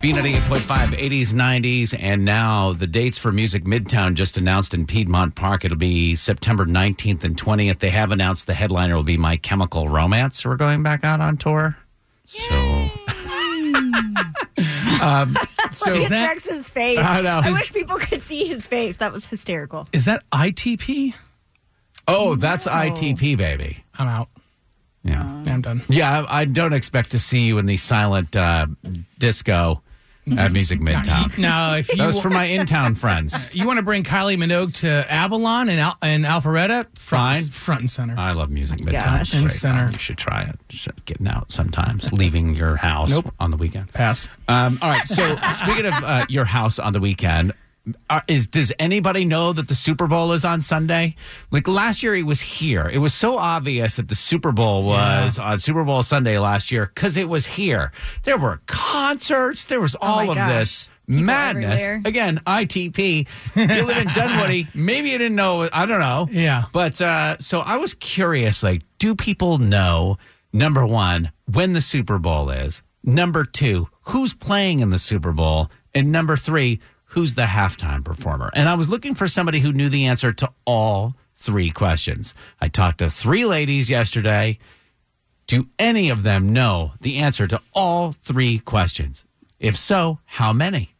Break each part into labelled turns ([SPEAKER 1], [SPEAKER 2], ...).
[SPEAKER 1] Being at 8.5, 80s, 90s, and now the dates for Music Midtown just announced in Piedmont Park. It'll be September 19th and 20th. They have announced the headliner will be My Chemical Romance. We're going back out on tour. So,
[SPEAKER 2] So
[SPEAKER 3] Look
[SPEAKER 2] is
[SPEAKER 3] at
[SPEAKER 2] that-
[SPEAKER 3] Jackson's face.
[SPEAKER 1] I know. Is-
[SPEAKER 3] wish people could see his face. That was hysterical.
[SPEAKER 2] Is that ITP?
[SPEAKER 1] oh, that's ITP, baby.
[SPEAKER 2] I'm out.
[SPEAKER 1] Yeah.
[SPEAKER 2] I'm done.
[SPEAKER 1] Yeah, I, I don't expect to see you in the silent uh, disco at Music Midtown.
[SPEAKER 2] Now, if
[SPEAKER 1] That
[SPEAKER 2] you
[SPEAKER 1] was for my in town friends.
[SPEAKER 2] you want to bring Kylie Minogue to Avalon and Al- and Alpharetta,
[SPEAKER 1] Fine.
[SPEAKER 2] front, front and center.
[SPEAKER 1] I love Music Midtown.
[SPEAKER 3] gosh.
[SPEAKER 1] It's great
[SPEAKER 2] And
[SPEAKER 1] fun.
[SPEAKER 2] center.
[SPEAKER 1] You should try it. Shit, Getting out sometimes, leaving your house
[SPEAKER 2] Nope.
[SPEAKER 1] on the weekend.
[SPEAKER 2] Pass.
[SPEAKER 1] Um, all right. So speaking of uh, your house on the weekend, are, is does anybody know that the Super Bowl is on Sunday? Like last year, it was here. It was so obvious that the Super Bowl was on Super Bowl Sunday last year because it was here. There were concerts. There was all
[SPEAKER 3] Oh my
[SPEAKER 1] of
[SPEAKER 3] gosh.
[SPEAKER 1] this. Madness
[SPEAKER 3] everywhere.
[SPEAKER 1] again. ITP. You live in Dunwoody. Maybe you didn't know. I don't know.
[SPEAKER 2] Yeah.
[SPEAKER 1] But uh, so I was curious. Like, do people know number one when the Super Bowl is? Number two, who's playing in the Super Bowl? And number three, who's the halftime performer? And I was looking for somebody who knew the answer to all three questions. I talked to three ladies yesterday. Do any of them know the answer to all three questions? If so, how many?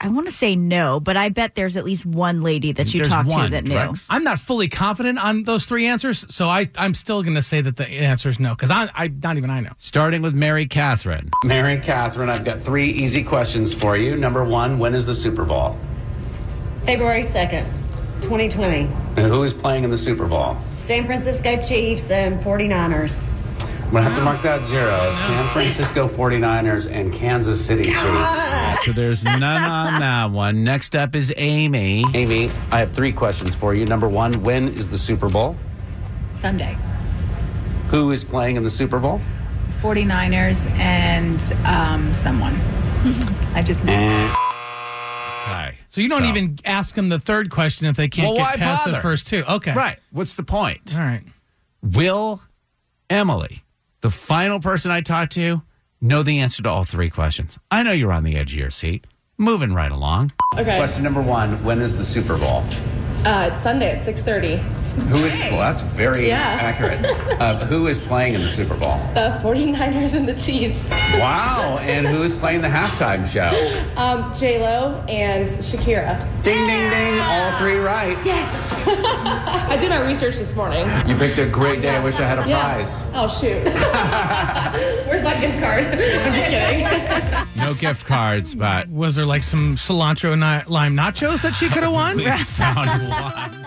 [SPEAKER 3] I want to say no, but I bet there's at least one lady that you
[SPEAKER 1] There's
[SPEAKER 3] talked
[SPEAKER 1] one,
[SPEAKER 3] to that knew.
[SPEAKER 1] Rex.
[SPEAKER 2] I'm not fully confident on those three answers, so I I'm still going to say that the answer is no because I I not even I know.
[SPEAKER 1] Starting with Mary Catherine. Mary Catherine, I've got three easy questions for you. Number one, when is the Super Bowl?
[SPEAKER 4] February 2nd, 2020.
[SPEAKER 1] And who is playing in the Super Bowl?
[SPEAKER 4] San Francisco Chiefs and 49ers.
[SPEAKER 1] I'm going to have to mark that zero. It's San Francisco 49ers and Kansas City Chiefs. So there's none on that one. Next up is Amy. Amy, I have three questions for you. Number one, when is the Super Bowl?
[SPEAKER 5] Sunday.
[SPEAKER 1] Who is playing in the Super Bowl?
[SPEAKER 5] 49ers and um, someone. I just know.
[SPEAKER 1] Hi.
[SPEAKER 2] So you don't even ask them the third question if they can't
[SPEAKER 1] Well, why
[SPEAKER 2] get past
[SPEAKER 1] bother?
[SPEAKER 2] the first two. Okay.
[SPEAKER 1] Right. What's the point?
[SPEAKER 2] All right.
[SPEAKER 1] Will Emily, the final person I talked to, know the answer to all three questions? I know you're on the edge of your seat. Moving right along.
[SPEAKER 6] Okay.
[SPEAKER 1] Question number one When is the Super Bowl?
[SPEAKER 6] Uh, it's Sunday at 6.30.
[SPEAKER 1] Who is, well, that's very
[SPEAKER 6] Yeah. Uh,
[SPEAKER 1] accurate. Uh, who is playing in the Super Bowl?
[SPEAKER 6] The 49ers and the Chiefs.
[SPEAKER 1] Wow. And who is playing the halftime show?
[SPEAKER 6] Um, J-Lo and Shakira.
[SPEAKER 1] Ding, ding, ding. All three right.
[SPEAKER 6] Yes. I did my research this morning.
[SPEAKER 1] You picked a great day. I wish I had a prize.
[SPEAKER 6] Oh, shoot. Where's my gift card? I'm just kidding.
[SPEAKER 1] No gift cards, but
[SPEAKER 2] Was there like some cilantro ni- lime nachos that she could have won?
[SPEAKER 1] we found one.